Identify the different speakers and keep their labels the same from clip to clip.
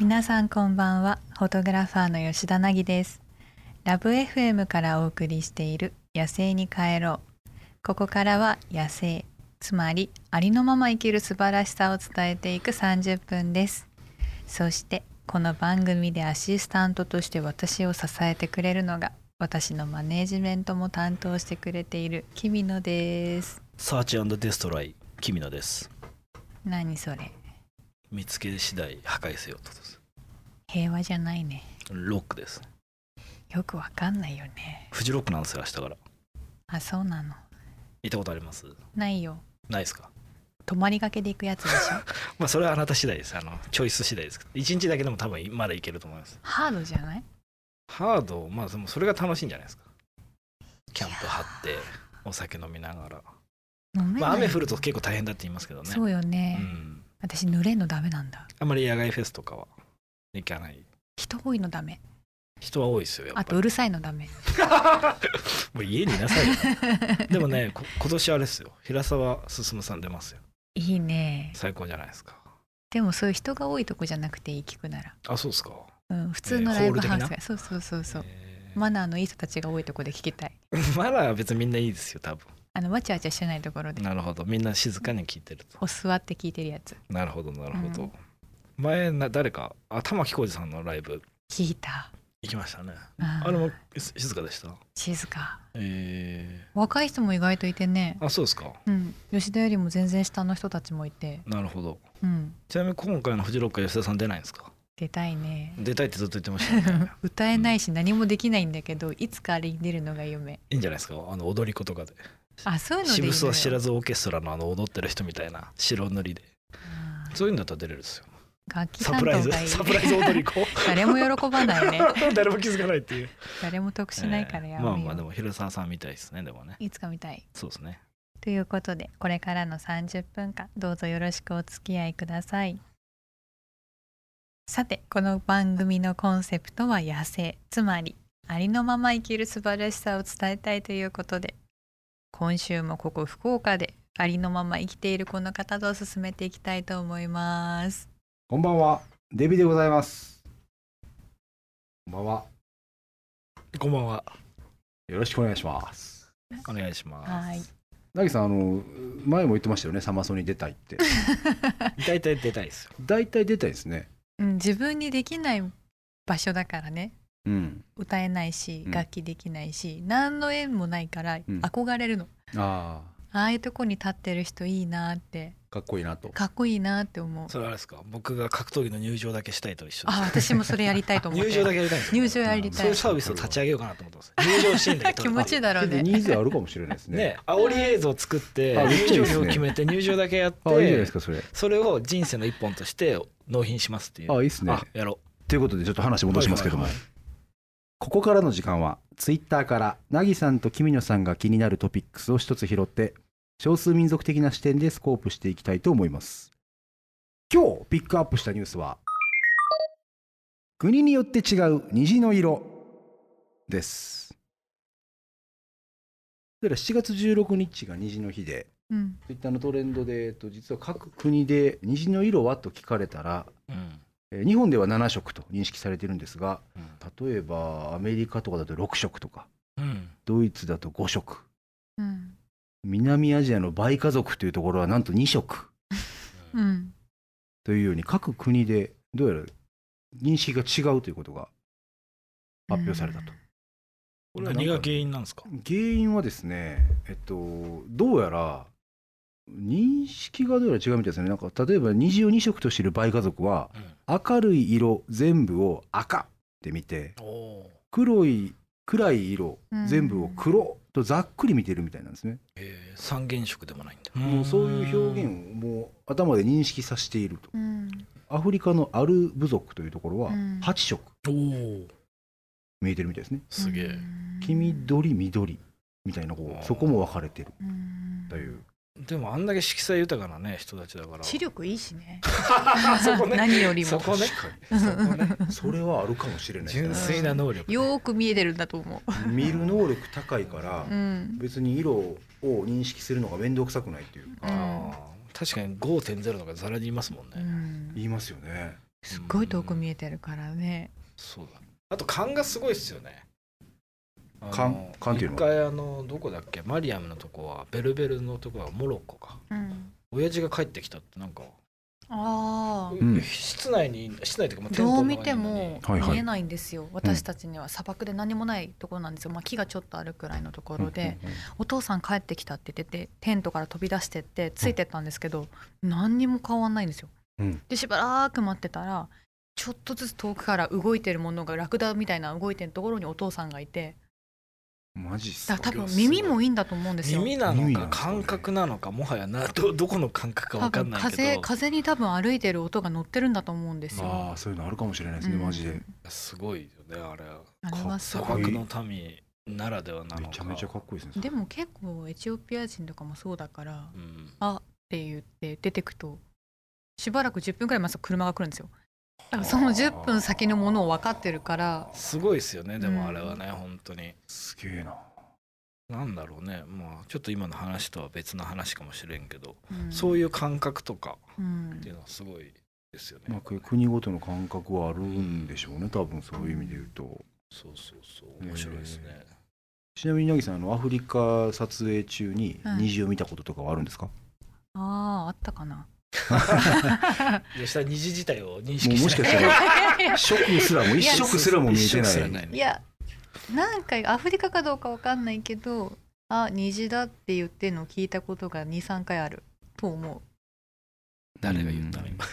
Speaker 1: 皆さんこんばんはフォトグラファーの吉田凪ですラブ FM からお送りしている野生に帰ろうここからは野生つまりありのまま生きる素晴らしさを伝えていく30分ですそしてこの番組でアシスタントとして私を支えてくれるのが私のマネージメントも担当してくれているキミノです
Speaker 2: サーチデストライ、キミナです。
Speaker 1: 何それ
Speaker 2: 見つけ次第破壊せよってことです。
Speaker 1: 平和じゃないね
Speaker 2: ロックです。
Speaker 1: よくわかんないよね
Speaker 2: フジロックなんですよ、明日から。行
Speaker 1: あそうなの
Speaker 2: ったことあります
Speaker 1: ないよ
Speaker 2: ないですか
Speaker 1: 泊まりがけで行くやつ でしょ
Speaker 2: まあ、それはあなた次第です。あの、チョイス次第ですけど。一日だけでも多分まだいけると思います。
Speaker 1: ハードじゃない
Speaker 2: ハード、まあ、でもそれが楽しいんじゃないですか。キャンプ張って、お酒飲みながら。
Speaker 1: 飲めない、
Speaker 2: まあ、雨降ると結構大変だって言いますけどね。
Speaker 1: そうよね、
Speaker 2: うん。
Speaker 1: 私濡れんのダメなんだ
Speaker 2: あんまり野外フェスとかは行かない。
Speaker 1: 人多いのダメ
Speaker 2: 人は多いですよ、や
Speaker 1: あ
Speaker 2: っぱ
Speaker 1: と
Speaker 2: り
Speaker 1: う。るさいのダメ
Speaker 2: もう家にいなさいよ。 でもね、こ今年あれですよ。平沢進さん出ますよ。
Speaker 1: いいね
Speaker 2: 最高じゃないですか
Speaker 1: でもそういう人が多いとこじゃなくていい聞くなら、
Speaker 2: あそうですか、
Speaker 1: うん、普通のライブハウスが、
Speaker 2: え
Speaker 1: そうそうそうそう、
Speaker 2: えー
Speaker 1: マナーのいい人たちが多いとこで聞きたい
Speaker 2: まだ別にみんないいですよ多分
Speaker 1: あのわちゃわちゃしてないところで
Speaker 2: なるほどみんな静かに聞いてると
Speaker 1: お座って聞いてるやつ
Speaker 2: なるほどなるほど、
Speaker 1: うん
Speaker 2: 前な誰かあ玉置浩二さんのライブ
Speaker 1: 聞いた
Speaker 2: 行きましたね
Speaker 1: あー
Speaker 2: あれもし静かでした
Speaker 1: 静か
Speaker 2: え
Speaker 1: 若い人も意外といてね
Speaker 2: ー、あそうですか
Speaker 1: うん吉田よりも全然下の人たちもいて
Speaker 2: なるほど
Speaker 1: うん
Speaker 2: ちなみに今回のフジロックは吉田さん出ないんですか
Speaker 1: 出たいね
Speaker 2: 出たいってずっと言ってました よね
Speaker 1: 歌えないし何もできないんだけどいつかあれに出るのが夢
Speaker 2: いいんじゃないですかあの踊り子とかで
Speaker 1: あそういうのでいいの
Speaker 2: 渋
Speaker 1: よ
Speaker 2: 沢知らずオーケストラのあの踊ってる人みたいな白塗りで
Speaker 1: うん
Speaker 2: そういうんだったら出れるですよ
Speaker 1: 楽器
Speaker 2: サ
Speaker 1: 担
Speaker 2: プラ
Speaker 1: 当
Speaker 2: イズ
Speaker 1: がいい
Speaker 2: サプライズ踊 り子
Speaker 1: 誰も喜ばないね
Speaker 2: 誰も気づかないっていう
Speaker 1: 誰も得しないからやめ
Speaker 2: え
Speaker 1: よ
Speaker 2: ー
Speaker 1: う、
Speaker 2: まあまあでも広沢さんみたいですねでもね
Speaker 1: いつか見たい
Speaker 2: そうですね
Speaker 1: ということでこれからの30分間どうぞよろしくお付き合いくださいさてこの番組のコンセプトは野生つまりありのまま生きる素晴らしさを伝えたいということで今週もここ福岡でありのまま生きているこの方と進めていきたいと思います
Speaker 3: こんばんは、デビでございます。こんばんは、
Speaker 2: こんばんは
Speaker 3: よろしくお願いします。
Speaker 2: お願いします
Speaker 1: はい
Speaker 3: なぎさん、あの前も言ってましたよね、サマソニ出たいって。
Speaker 2: 大体出たいですよ
Speaker 3: 大体出たいですね。
Speaker 1: うん、自分にできない場所だからね
Speaker 3: うん。
Speaker 1: 歌えないし
Speaker 3: うん
Speaker 1: 楽器できないし、何の縁もないから
Speaker 3: ん
Speaker 1: 憧れるの、
Speaker 3: あ
Speaker 1: ああいうとこに立ってる人いいなって
Speaker 3: あ、かっこいいなと。
Speaker 1: かっこいいなって思う
Speaker 2: それはあれですか僕が格闘技の入場だけしたいと一緒です
Speaker 1: あ私もそれやりたいと思って
Speaker 2: 入場だけやりたいんですよ
Speaker 1: 入場やり
Speaker 2: そ
Speaker 1: た
Speaker 2: う
Speaker 1: い
Speaker 2: いうサービスを立ち上げようかなと思ってます入場シーンだけ撮
Speaker 1: 気
Speaker 2: る
Speaker 1: 持ちいいだろう
Speaker 3: で
Speaker 1: ね
Speaker 3: ニーズあるかもしれないです ね。
Speaker 2: ね煽り映像を作って
Speaker 3: あめっちゃい
Speaker 2: 入場
Speaker 3: いですね
Speaker 2: 料を決めて入場だけやっ
Speaker 3: あ、いいじゃないで
Speaker 2: て
Speaker 3: すか、それ。
Speaker 2: それを人生の一本として納品しますっていう
Speaker 3: あ、いいですね。
Speaker 2: やろう
Speaker 3: ということで、ちょっと話戻しますけども。
Speaker 2: はいはい
Speaker 3: ここからの時間は、ツイッターから、なぎさんときみのさんが気になるトピックスを一つ拾って、少数民族的な視点でスコープしていきたいと思います。今日ピックアップしたニュースは、国によって違う虹の色です。だから7月16日が虹の日で、
Speaker 1: うん、
Speaker 3: ツイッターのトレンドで、えっと実は各国で虹の色はと聞かれたら、
Speaker 2: うん
Speaker 3: えー日本では7色と認識されてるんですが、
Speaker 2: うん
Speaker 3: 例えばアメリカとかだと6色とか
Speaker 2: うん
Speaker 3: ドイツだと5色
Speaker 1: うん
Speaker 3: 南アジアの倍家族というところはなんと2色
Speaker 1: うん
Speaker 3: というように各国でどうやら認識が違うということが発表されたと、
Speaker 2: これは何が原因なんですか
Speaker 3: 原因はですねえっとどうやら認識がどうやら違うみたいですねなんか例えば虹を2色としている倍家族は明るい色全部を赤って見て
Speaker 2: おお
Speaker 3: 黒い暗い色
Speaker 1: うん
Speaker 3: 全部を黒とざっくり見てるみたいなんですね、
Speaker 2: えー三原色でもないんだ
Speaker 3: もうそういう表現をもう頭で認識させていると
Speaker 1: うん
Speaker 3: アフリカのアル部族というところは
Speaker 1: うん
Speaker 3: 8色
Speaker 2: おお
Speaker 3: 見えてるみたいですね、
Speaker 2: すげえ、
Speaker 3: 黄緑緑みたいなこ
Speaker 2: あー
Speaker 3: うそこも分かれてる
Speaker 1: うん
Speaker 3: という
Speaker 2: でもあんだけ色彩豊かなね人たちだから
Speaker 1: 視 力いいしね
Speaker 2: そこね
Speaker 1: 何よりも
Speaker 2: そこね
Speaker 3: 確か
Speaker 2: そこね
Speaker 3: にそれはあるかもしれない
Speaker 2: 純粋な能力、
Speaker 1: よーく見えてるんだと思
Speaker 3: 見る能力高いから
Speaker 1: う、うん、
Speaker 3: 別に色を認識するのが面倒くさくないっていう
Speaker 2: あー確かに5.0とかザラにいますもん
Speaker 1: う
Speaker 2: ね、
Speaker 1: ん、
Speaker 3: 言いますよね
Speaker 1: すっごい遠く見えてるからね。
Speaker 2: そうだあと勘がすごいっすよねあの
Speaker 3: 勘勘っていうの
Speaker 2: 一回あのどこだっけマリアムのとこはベルベルのとこはモロッコか
Speaker 1: うん、
Speaker 2: 親父が帰ってきたってなんか、
Speaker 1: ああ。
Speaker 3: ん
Speaker 2: 室内に室内というかまあ店
Speaker 1: ど
Speaker 2: 舗
Speaker 1: う
Speaker 2: の中に
Speaker 1: 見ても
Speaker 3: はいはい
Speaker 1: 見えないんですよ、私たちには砂漠で何もないところなんですよ、まあ、木がちょっとあるくらいのところで、
Speaker 3: うんうんうん
Speaker 1: お父さん帰ってきたって言っててテントから飛び出してってついてったんですけど、何にも変わんないんですよ、
Speaker 3: うん
Speaker 1: でしばらく待ってたらちょっとずつ遠くから動いてるものがラクダみたいな動いてるところにお父さんがいて
Speaker 3: マジっす
Speaker 1: だか
Speaker 3: か
Speaker 1: ら多分耳もいいんだと思うんですよ
Speaker 2: 耳なの
Speaker 3: 耳
Speaker 2: か
Speaker 3: なんですかね
Speaker 2: 感覚なのかもはやなどどこの感覚か
Speaker 1: 多
Speaker 2: わか
Speaker 1: 分
Speaker 2: んないけど
Speaker 1: 風風に多分歩いてる音が乗ってるんだと思うんですよ。
Speaker 3: ああそういうのあるかもしれないですね、
Speaker 1: うん
Speaker 3: マジで
Speaker 2: すごいよねあれ
Speaker 1: あれはす
Speaker 2: 砂
Speaker 1: ご
Speaker 3: かっこ
Speaker 1: い
Speaker 2: 漠の民ならではなのか
Speaker 3: めちゃめちゃかっこいいですね
Speaker 1: でも結構エチオピア人とかもそうだから
Speaker 2: うん
Speaker 1: あって言って出てくとしばらく10分くらい待つと車が来るんですよだからその10分先のものを分かってるから
Speaker 2: すごいですよねで
Speaker 1: うん
Speaker 2: もあれはね、本当に
Speaker 3: すげえな
Speaker 2: なんだろうねまあちょっと今の話とは別の話かもしれんけど、
Speaker 1: うん
Speaker 2: そういう感覚とか
Speaker 1: うん
Speaker 2: っていうのはすごいですよね、
Speaker 3: まあ国ごとの感覚はあるんでしょうね多分そういう意味で言うと
Speaker 2: そうそうそう面白いですね、
Speaker 3: ちなみになぎさんあのアフリカ撮影中に
Speaker 1: はい
Speaker 3: 虹を見たこととかはあるんですか、
Speaker 1: あああったかな
Speaker 2: で下に虹自体を認
Speaker 3: も
Speaker 2: 識
Speaker 3: うもしかした らショックすらも
Speaker 1: いや
Speaker 3: 一色すらも見えて
Speaker 2: 一色す
Speaker 3: な
Speaker 2: ら
Speaker 3: い
Speaker 2: ない
Speaker 1: いやなんかアフリカかどうか分かんないけどあ虹だって言ってるのを聞いたことが23回あると思う
Speaker 2: 誰が言ったの
Speaker 3: うん
Speaker 2: 今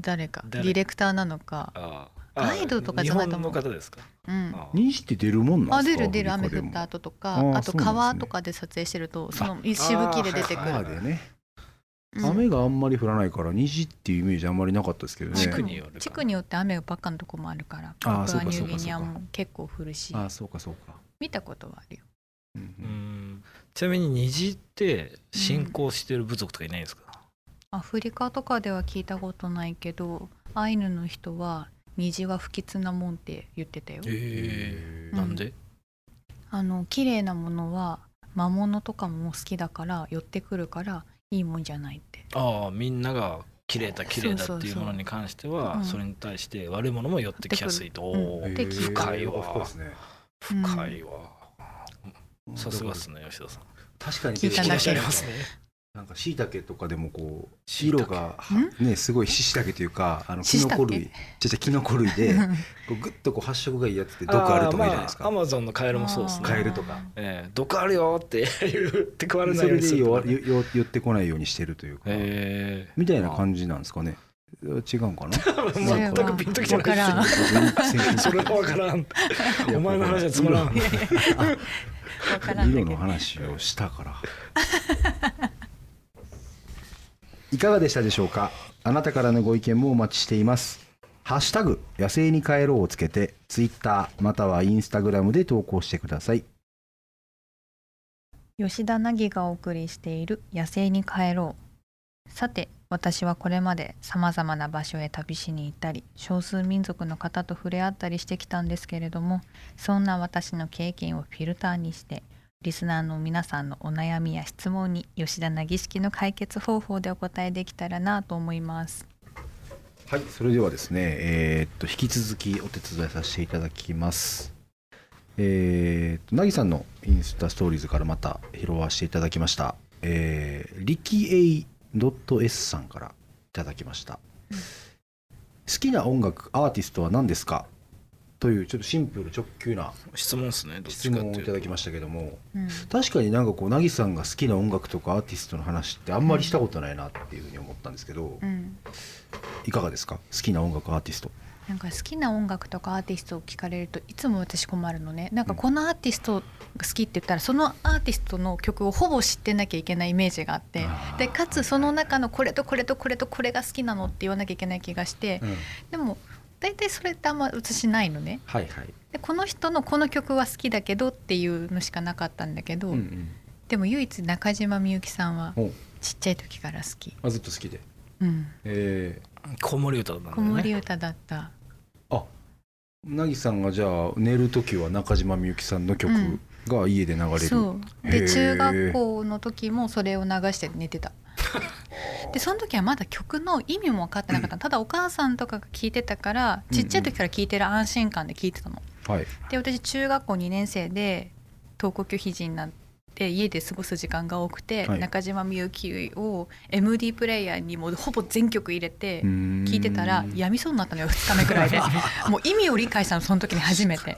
Speaker 1: 誰か
Speaker 2: 誰
Speaker 1: ディレクターなのか
Speaker 2: ああ
Speaker 1: ガイドとかじゃないと思う
Speaker 2: 日本の方ですか、
Speaker 1: うん
Speaker 2: ああ
Speaker 3: 虹って出るもんな
Speaker 1: あ
Speaker 3: んです
Speaker 1: 出
Speaker 3: か
Speaker 1: る出る
Speaker 3: アフ
Speaker 1: 雨
Speaker 3: リカで
Speaker 1: 降
Speaker 3: も
Speaker 1: った後と
Speaker 3: あ
Speaker 1: かあ
Speaker 3: ー
Speaker 1: と
Speaker 3: そうなんですね
Speaker 1: 川とかで撮影してるとそのしぶきで出てく
Speaker 2: あ
Speaker 1: る
Speaker 2: ーは
Speaker 3: 川
Speaker 2: いはい
Speaker 3: でね、
Speaker 1: うん
Speaker 3: 雨があんまり降らないから虹っていうイメージあんまりなかったですけどね
Speaker 1: 地
Speaker 2: 地
Speaker 1: 区
Speaker 2: 区
Speaker 1: に
Speaker 2: に
Speaker 1: よ
Speaker 2: よ
Speaker 1: る
Speaker 2: るか
Speaker 1: 地区によって雨ばっかのとこもあるからパ
Speaker 3: あー
Speaker 1: プアニ
Speaker 3: そ
Speaker 1: ュー
Speaker 3: うかそうか
Speaker 1: ギニア
Speaker 3: そう
Speaker 1: も結構降るし
Speaker 3: ああそうかそうか、
Speaker 1: 見たことはあるよ
Speaker 3: うん
Speaker 2: う
Speaker 3: うん
Speaker 2: んちなみに虹って信仰してる部族とかいないんですか、
Speaker 1: アフリカとかでは聞いたことないけどアイヌの人は虹は不吉なもんって言ってたよ
Speaker 2: え
Speaker 3: へ
Speaker 2: え
Speaker 1: ー
Speaker 2: なんで、
Speaker 1: あの綺麗なものは魔物とかも好きだから寄ってくるからいいもんじゃないって
Speaker 2: ああみんなが綺麗だ綺麗だ
Speaker 1: そう
Speaker 2: っ
Speaker 1: そ
Speaker 2: て
Speaker 1: う
Speaker 2: い
Speaker 1: そうう
Speaker 2: ものに関して
Speaker 1: う
Speaker 2: は
Speaker 1: ん
Speaker 2: それに対して悪いものも寄ってきやすいと、
Speaker 1: ってくるうんで
Speaker 2: おー
Speaker 1: 聞く
Speaker 2: 深いわ
Speaker 3: 深いですね
Speaker 2: 深いわ
Speaker 3: うん
Speaker 2: さすがですね吉田さん
Speaker 3: 確かに
Speaker 1: 聞いただけ
Speaker 2: いらっしゃいますね
Speaker 3: なんか椎茸とかでもこう
Speaker 2: 椎茸
Speaker 3: 色がねすごいシシタケというかあのキ
Speaker 1: シシ
Speaker 3: ノ
Speaker 1: タケ
Speaker 3: コ類ちっちゃいキノコ類 でこうグッとこう発色がいいやつって 毒あるとかいいじゃないで
Speaker 2: あ
Speaker 3: す
Speaker 2: ー
Speaker 3: か
Speaker 2: まあアマゾンのカエルもそうです
Speaker 1: あー
Speaker 3: カエ
Speaker 2: ね
Speaker 3: ルとか
Speaker 2: ええ毒あるよって言って食われな
Speaker 3: そ
Speaker 2: いよう
Speaker 3: れ
Speaker 2: にす
Speaker 3: で
Speaker 2: ると
Speaker 3: よ
Speaker 2: かね
Speaker 3: よよ寄ってこないようにしてるというか
Speaker 2: ええ
Speaker 3: みたいな感じなんですかね違う んかな
Speaker 1: それは
Speaker 2: 全くピンときて
Speaker 1: わから
Speaker 2: なんい それはわからんお前の話はつまらん
Speaker 1: 分からんだ
Speaker 3: 色
Speaker 1: けど
Speaker 3: の話をしたから いかがでしたでしょうかあなたからのご意見もお待ちしていますハッシュタグ野生に帰ろうをつけてツイッターまたはインスタグラムで投稿してください
Speaker 1: 吉田凪がお送りしている「野生に帰ろう」さて私はこれまでさまざまな場所へ旅しに行ったり少数民族の方と触れ合ったりしてきたんですけれどもそんな私の経験をフィルターにしてリスナーの皆さんのお悩みや質問に吉田凪式の解決方法でお答えできたらなと思います。
Speaker 3: はいそれではですねえーっと引き続きお手伝いさせていただきますえーっとなぎさんのインスタストーリーズからまた拾わせていただきましたえー、リキエイ .s さんからいただきました、
Speaker 1: うん
Speaker 3: 好きな音楽アーティストは何ですかというちょっとシンプル直球な
Speaker 2: 質問ですねどっ
Speaker 3: 質
Speaker 2: ちかって
Speaker 3: 問を
Speaker 2: い
Speaker 3: いうた
Speaker 2: と
Speaker 3: だきましたけども
Speaker 1: うん
Speaker 3: 確かになんかこうなぎさんが好きな音楽とかアーティストの話ってあんまりしたことないなっていうふうに思ったんですけど、
Speaker 1: うん
Speaker 3: いかがですか好きな音楽アーティスト
Speaker 1: なんか好きな音楽とかアーティストを聞かれるといつも私困るのねなんかこのアーティストが好きって言ったらそのアーティストの曲をほぼ知ってなきゃいけないイメージがあって
Speaker 3: あー
Speaker 1: でかつその中のこれとこれとこれとこれが好きなのって言わなきゃいけない気がしてでも大体それってあんま映しないのね
Speaker 3: はいはい、
Speaker 1: でこの人のこの曲は好きだけどっていうのしかなかったんだけど、でも唯一中島みゆきさんは
Speaker 3: お
Speaker 1: ちっちゃい時から好き、
Speaker 3: あずっと好きで
Speaker 1: うん、
Speaker 3: え
Speaker 2: 子守歌なんだよね
Speaker 1: 子守歌だった、
Speaker 3: ー、あなぎさんがじゃあ寝る時は中島みゆきさんの曲
Speaker 1: うん
Speaker 3: が家で流れる、
Speaker 1: そう
Speaker 3: へ
Speaker 1: で
Speaker 3: ー
Speaker 1: 中学校の時もそれを流して寝てたでその時はまだ曲の意味も分かってなかった、ただお母さんとかが聞いてたからちっちゃい時から聞いてる安心感で聞いてたの。
Speaker 3: はい
Speaker 1: で私中学校2年生で登校拒否児になって家で過ごす時間が多くて、
Speaker 3: はい
Speaker 1: 中島みゆきを MD プレイヤーにもうほぼ全曲入れて
Speaker 3: 聞
Speaker 1: 聞いてたらやみそうになったのよ2日目く らいでもう意味を理解したのその時に初めて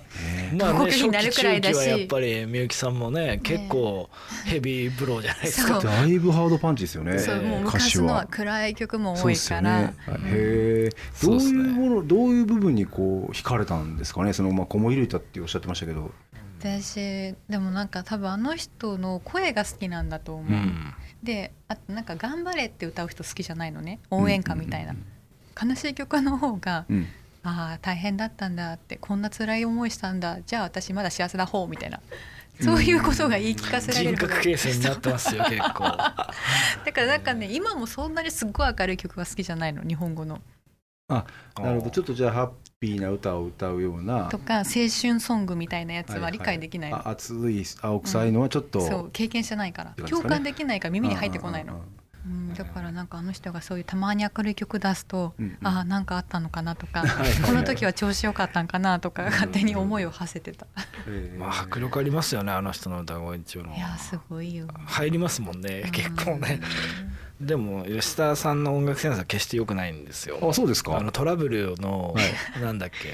Speaker 2: まあ
Speaker 1: 過
Speaker 2: ね、
Speaker 1: 酷
Speaker 2: 初
Speaker 1: になる
Speaker 2: 期
Speaker 1: くら
Speaker 2: 中
Speaker 1: いだ
Speaker 2: 期
Speaker 1: し
Speaker 2: はやっぱりみゆきさんもね結 構ヘビーブローじゃないです
Speaker 1: そ
Speaker 2: か
Speaker 1: う
Speaker 3: だいぶハードパンチですよね
Speaker 1: そうもう
Speaker 3: 歌
Speaker 1: 昔
Speaker 3: 詞
Speaker 1: のは
Speaker 3: は
Speaker 1: 暗い曲も
Speaker 3: そう
Speaker 1: 多
Speaker 3: で
Speaker 1: い
Speaker 3: す
Speaker 1: か
Speaker 3: よね
Speaker 1: ら、
Speaker 3: はいへえ
Speaker 2: そ
Speaker 3: ど
Speaker 2: う
Speaker 3: う
Speaker 2: っす
Speaker 3: い
Speaker 2: ね
Speaker 3: うものどういう部分にこう惹かれたんですかねそのまあ子もいるたっておっしゃってましたけど
Speaker 1: 私でもなんか多分あの人の声が好きなんだと思う、
Speaker 2: うん
Speaker 1: であとなんか「頑張れ」って歌う人好きじゃないのね応援歌みたいな、
Speaker 3: うんうん
Speaker 1: 悲しい曲の方が
Speaker 3: うん
Speaker 1: ああ大変だったんだってこんな辛い思いしたんだじゃあ私まだ幸せな方みたいなそういうことが言い聞かせられ
Speaker 2: 人
Speaker 1: る
Speaker 2: 格形成になってますよ結 構
Speaker 1: だからなんかね今もそんなにすっごい明るい曲が好きじゃないの日本語の
Speaker 3: なるほどちょっとじゃあハッピーな歌を歌うような
Speaker 1: とか青春ソングみたいなやつは理解できないの、
Speaker 3: あ熱い青臭いのはちょっと、
Speaker 1: そう経験してないから、
Speaker 3: て感じです
Speaker 1: 共
Speaker 3: か
Speaker 1: 感
Speaker 3: ね
Speaker 1: できないから耳に入ってこないの、うん
Speaker 3: うん
Speaker 1: だからなんかあの人がそういうたまに明るい曲出すと、
Speaker 3: うんうん
Speaker 1: ああなんかあったのかなとか
Speaker 3: いはい
Speaker 1: この時は調子良かったんかなとか勝手に思いを馳せてた、
Speaker 2: まあ迫力ありますよねあの人の歌声っていうのはい
Speaker 1: やーすごいよ
Speaker 2: 入りますもんね結構ね でも吉田さんの音楽センスは決して良くないんですよ
Speaker 3: あそうですか
Speaker 2: あのトラブルの、なんだっけ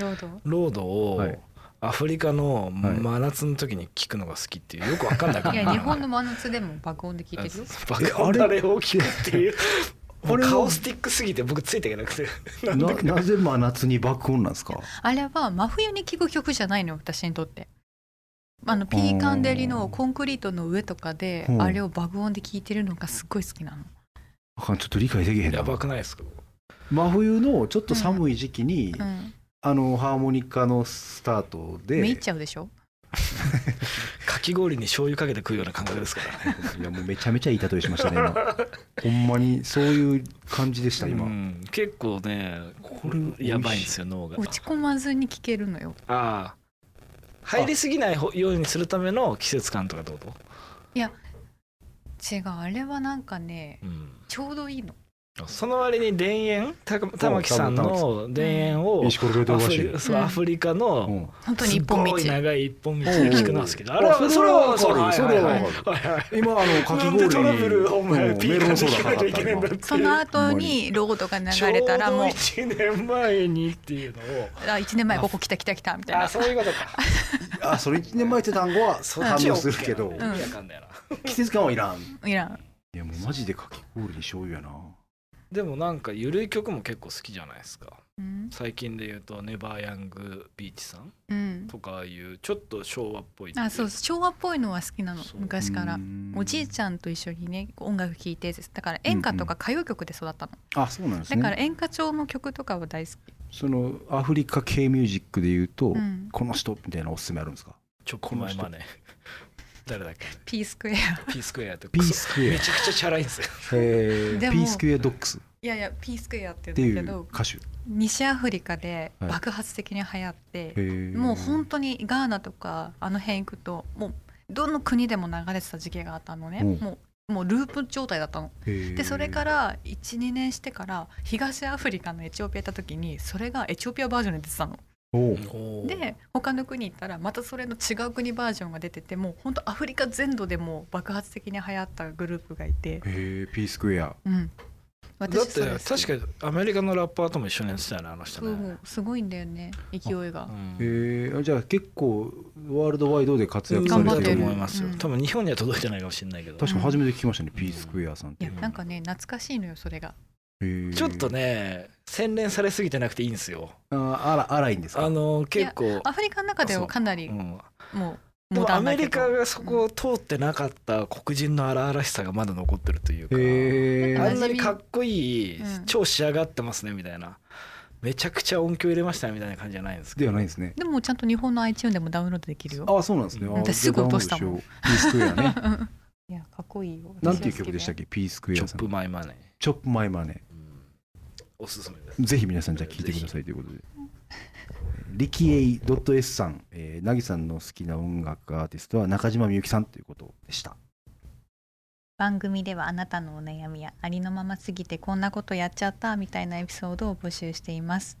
Speaker 1: ロード
Speaker 2: ロードを、
Speaker 3: はい
Speaker 2: アフリカの
Speaker 3: はい
Speaker 2: 真夏の時に聞くのが好きっていうよくわかんないから
Speaker 1: いや日本の真夏でも爆音で聞いてるよ
Speaker 2: バカあれを聞くっていうもう顔スティックすぎて僕ついていけなくて
Speaker 3: ななぜ真夏に爆音なんですか
Speaker 1: あれは真冬に聴く曲じゃないのよ私にとってあのピーカンデリのコンクリートの上とかで
Speaker 3: ほう
Speaker 1: あれを爆音で聴いてるのがすっごい好きなの
Speaker 3: あかんちょっと理解できへん
Speaker 2: や
Speaker 3: な
Speaker 2: ばくないですか
Speaker 3: 真冬のちょっと寒い時期に、
Speaker 1: うん
Speaker 3: あのハーモニカのスタートで
Speaker 1: めいっちゃうでしょ
Speaker 2: かき氷に醤油かけて食うような感覚ですから
Speaker 3: いやもうめちゃめちゃいい例えしましたね今ほんまにそういう感じでした今、
Speaker 2: うん結構ねこれやばいんですよ脳が
Speaker 1: 落ち込まずに聴けるのよ
Speaker 2: ああ入りすぎないようにするための季節感とかどうと、
Speaker 1: 違うあれはなんかね
Speaker 2: うん、
Speaker 1: ちょうどいいの
Speaker 2: その割に田園た玉木さんの田園を
Speaker 3: 石ころが
Speaker 2: ア
Speaker 3: 忙
Speaker 2: フ
Speaker 3: しい、
Speaker 2: リそう
Speaker 1: うん
Speaker 2: アフリカの、
Speaker 3: うん
Speaker 1: 本当に一本道
Speaker 2: すごい長い一本道で聞くなんですけど、
Speaker 3: うん
Speaker 2: あれは
Speaker 3: そ
Speaker 2: そ
Speaker 3: れ
Speaker 2: れ
Speaker 3: は
Speaker 2: は
Speaker 3: それ
Speaker 2: いい
Speaker 3: はわかる
Speaker 2: はいはい
Speaker 3: 今あのかき
Speaker 2: なん
Speaker 3: 氷
Speaker 2: で
Speaker 3: に
Speaker 2: トラブルお
Speaker 3: う
Speaker 2: 前
Speaker 3: ん
Speaker 2: ピ
Speaker 3: メ
Speaker 2: ーカ
Speaker 3: ロ
Speaker 2: ン
Speaker 3: ンソ
Speaker 2: で聞
Speaker 3: ー
Speaker 2: か
Speaker 3: ダ
Speaker 2: なきゃ
Speaker 3: か
Speaker 2: い
Speaker 3: か
Speaker 2: け
Speaker 3: った
Speaker 2: な
Speaker 1: そ
Speaker 2: いんだっていう
Speaker 3: 今
Speaker 1: の後にロードが流れたらもう
Speaker 2: ちょうど1年前にっていうのを
Speaker 1: あ1年前ここ来た来た来たみたいな
Speaker 2: あそういうことか
Speaker 3: あそれ1年前って単語は反応するけど、
Speaker 2: 意
Speaker 1: ん
Speaker 2: 味わかんないな、
Speaker 3: 季節感はいらんい
Speaker 1: いらん
Speaker 3: やもうマジでかき氷に醤油やな
Speaker 2: でもなんか緩い曲も結構好きじゃないですか
Speaker 1: うん、
Speaker 2: 最近で言うとネバーヤングビーチさん
Speaker 1: うん、
Speaker 2: とかああいうちょっと昭和っぽい
Speaker 1: あそう昭和っぽいのは好きなの
Speaker 2: そう
Speaker 1: 昔から
Speaker 3: うん
Speaker 1: おじいちゃんと一緒にね音楽聴いてだから演歌とか歌謡曲で育ったの、
Speaker 3: あそうなんですね
Speaker 1: だから演歌調の曲とかは大好き、
Speaker 3: そのアフリカ系ミュージックで言うと、
Speaker 1: うん、
Speaker 3: この人みたいなおすすめあるんですか
Speaker 2: ちょこの前まで誰だっけ
Speaker 1: P スクエア
Speaker 2: P スクエアって
Speaker 3: ピー スクエア
Speaker 2: めちゃくちゃチャラいんですよ
Speaker 3: え
Speaker 1: でも
Speaker 3: ー、ピースクエアドックスっ
Speaker 1: いやいや P スクエアって
Speaker 3: て
Speaker 1: 言うん
Speaker 3: い
Speaker 1: だけ
Speaker 3: う
Speaker 1: ど
Speaker 3: 歌手
Speaker 1: 西アフリカで
Speaker 3: はい
Speaker 1: 爆発的に流行って、
Speaker 3: へー
Speaker 1: もう本当にガーナとかあの辺行くともうどの国でも流れてた時期があったのね、
Speaker 3: うん
Speaker 1: もうもうループ状態だったの
Speaker 3: へー
Speaker 1: でそれから12年してから東アフリカのエチオピア行った時にそれがエチオピアバージョンで出てたの。
Speaker 3: おう
Speaker 2: おー
Speaker 1: で他の国行ったらまたそれの違う国バージョンが出ててもう本当アフリカ全土でもう爆発的に流行ったグループがいて、
Speaker 3: へえピースクエア
Speaker 1: うん、
Speaker 2: だっ
Speaker 1: そ
Speaker 2: て
Speaker 1: れ好き
Speaker 2: 確かにアメリカのラッパーとも一緒にやってたよねあの人
Speaker 1: そう
Speaker 2: ね、
Speaker 1: すごいんだよね勢いが
Speaker 2: う。ん
Speaker 3: へーあじゃあ結構ワールドワイドで活躍され
Speaker 1: 頑張ってて
Speaker 2: と
Speaker 1: る
Speaker 2: 思いますよ、
Speaker 1: うん
Speaker 2: 多分日本には届いてないかもしれないけど
Speaker 3: 確かに初めて聞きましたね、
Speaker 2: うん
Speaker 3: ピースクエアさんっ
Speaker 1: い
Speaker 3: て
Speaker 1: やなんかね懐かしいのよそれが
Speaker 3: へー
Speaker 2: ちょっとね洗練されすぎてなくていいんですよ
Speaker 3: ああら荒いんですか
Speaker 2: あの結構
Speaker 1: アフリカの中ではかなり
Speaker 2: うん、
Speaker 1: もう
Speaker 2: で
Speaker 1: モ
Speaker 2: も
Speaker 1: ダ
Speaker 2: ア
Speaker 1: ンだ
Speaker 2: メ
Speaker 1: け
Speaker 2: リ
Speaker 1: ど
Speaker 2: カがそこを通ってなかった黒人の荒々しさがまだ残ってるというか、
Speaker 3: へ
Speaker 2: あ
Speaker 3: ー
Speaker 2: んなにかっこいい、
Speaker 1: うん
Speaker 2: 超仕上がってますねみたいなめちゃくちゃ音響入れましたねみたいな感じじゃないんですけ
Speaker 3: で
Speaker 2: ど
Speaker 3: はないんですね
Speaker 1: でもちゃんと日本の iTunes でもダウンロードできるよ
Speaker 3: あそうなんですねあ
Speaker 1: 私すぐ落としたもん
Speaker 3: じゃあダウンロードしようピー スクエアね
Speaker 1: いやかっこいいよ
Speaker 3: なんていう曲でしたっ
Speaker 1: け
Speaker 3: けピースクエ
Speaker 2: チョ
Speaker 3: アさ
Speaker 2: ッ
Speaker 3: ん
Speaker 2: プマイマネー、
Speaker 3: チョップマイマネ
Speaker 2: おすすめです
Speaker 3: ぜひ皆さんじゃあ聞いてくださいということで。リキエイ .s さん、えー、なぎさんの好きな音楽アーティストは中島みゆきさんということでした。
Speaker 1: 番組ではあなたのお悩みやありのまますぎてこんなことやっちゃったみたいなエピソードを募集しています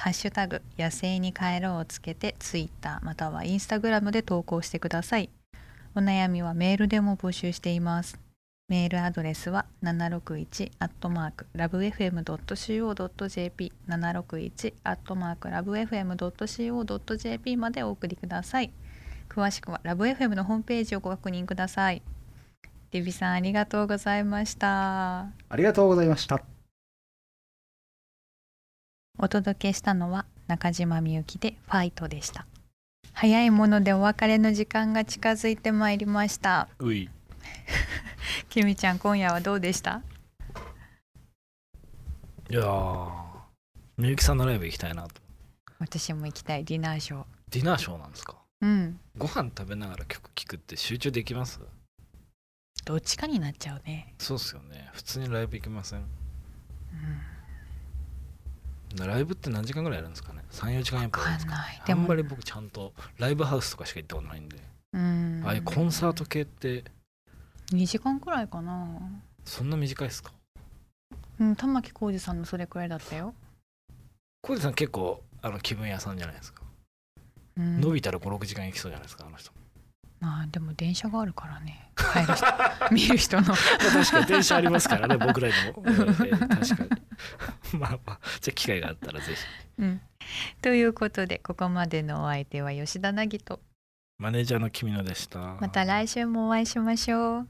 Speaker 1: ハッシュタグ野生に帰ろうをつけてツイッターまたはインスタグラムで投稿してくださいお悩みはメールでも募集していますメールアドレスは761アットマークラブ FM.co.jp 761アットマークラブ FM.co.jp までお送りください詳しくはラブ FM のホームページをご確認くださいデビさんありがとうございました
Speaker 3: ありがとうございました。
Speaker 1: お届けしたのは中島みゆきでファイトでした早いものでお別れの時間が近づいてまいりました
Speaker 2: うい
Speaker 1: きみちゃん今夜はどうでした
Speaker 2: いやーみゆきさんのライブ行きたいなと
Speaker 1: 私も行きたいディナーショー
Speaker 2: ディナーショーなんですか
Speaker 1: うん
Speaker 2: ご飯食べながら曲聴くって集中できます
Speaker 1: どっちかになっちゃうね
Speaker 2: そうっすよね普通にライブ行きません
Speaker 1: うん
Speaker 2: なライブって何時間ぐらいやるんですかね34時間やっぱ
Speaker 1: わ
Speaker 2: やる
Speaker 1: か
Speaker 2: んです
Speaker 1: ん
Speaker 2: か
Speaker 1: ない
Speaker 2: あ
Speaker 1: で
Speaker 2: ん
Speaker 1: も
Speaker 2: まり僕ちゃんとライブハウスとかしか行ったことないんで、
Speaker 1: うん
Speaker 2: ああいうコンサート系って
Speaker 1: 2時間くらいかな
Speaker 2: そんな短いっすか
Speaker 1: うん玉置浩二さんのそれくらいだったよ、
Speaker 2: 浩司さん結構あの気分屋さんじゃないですか、
Speaker 1: うん、
Speaker 2: 伸びたら56時間行きそうじゃないですかあの人
Speaker 1: まあでも電車があるからね帰 る人見る人の
Speaker 2: 確かに電車ありますからね僕らにも、えーえー確かに まあまあじゃあ機会があったらぜひ
Speaker 1: うん、ということでここまでのお相手は吉田凪と
Speaker 2: マネージャーの君野でした
Speaker 1: また来週もお会いしましょう。